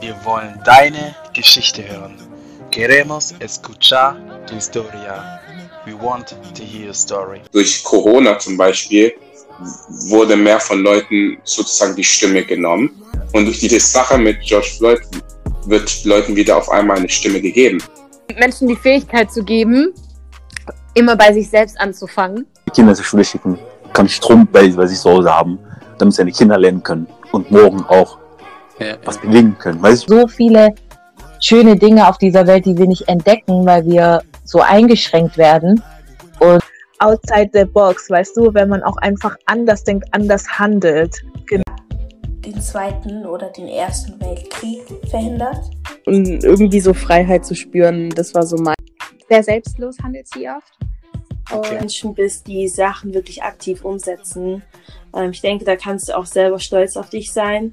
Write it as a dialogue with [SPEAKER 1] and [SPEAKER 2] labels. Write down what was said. [SPEAKER 1] Wir wollen deine Geschichte hören. Queremos escuchar tu historia. We want to hear your story.
[SPEAKER 2] Durch Corona zum Beispiel wurde mehr von Leuten sozusagen die Stimme genommen. Und durch die Sache mit George Floyd wird Leuten wieder auf einmal eine Stimme gegeben.
[SPEAKER 3] Menschen die Fähigkeit zu geben, immer bei sich selbst anzufangen.
[SPEAKER 4] Die Kinder zur Schule schicken, kann Strom bei, bei sich zu Hause haben, damit seine Kinder lernen können und morgen auch
[SPEAKER 5] Ja.
[SPEAKER 4] was bewegen können. Weißt du?
[SPEAKER 6] so viele schöne Dinge auf dieser Welt, die wir nicht entdecken, weil wir so eingeschränkt werden.
[SPEAKER 7] outside the box, weißt du, wenn man auch einfach anders denkt, anders handelt.
[SPEAKER 8] den Zweiten oder den Ersten Weltkrieg verhindert.
[SPEAKER 9] und um irgendwie so Freiheit zu spüren, das war so mein.
[SPEAKER 10] Sehr selbstlos handelt sie oft.
[SPEAKER 1] Okay.
[SPEAKER 11] Menschen bist, die Sachen wirklich aktiv umsetzen. Ähm, ich denke, da kannst du auch selber stolz auf dich sein.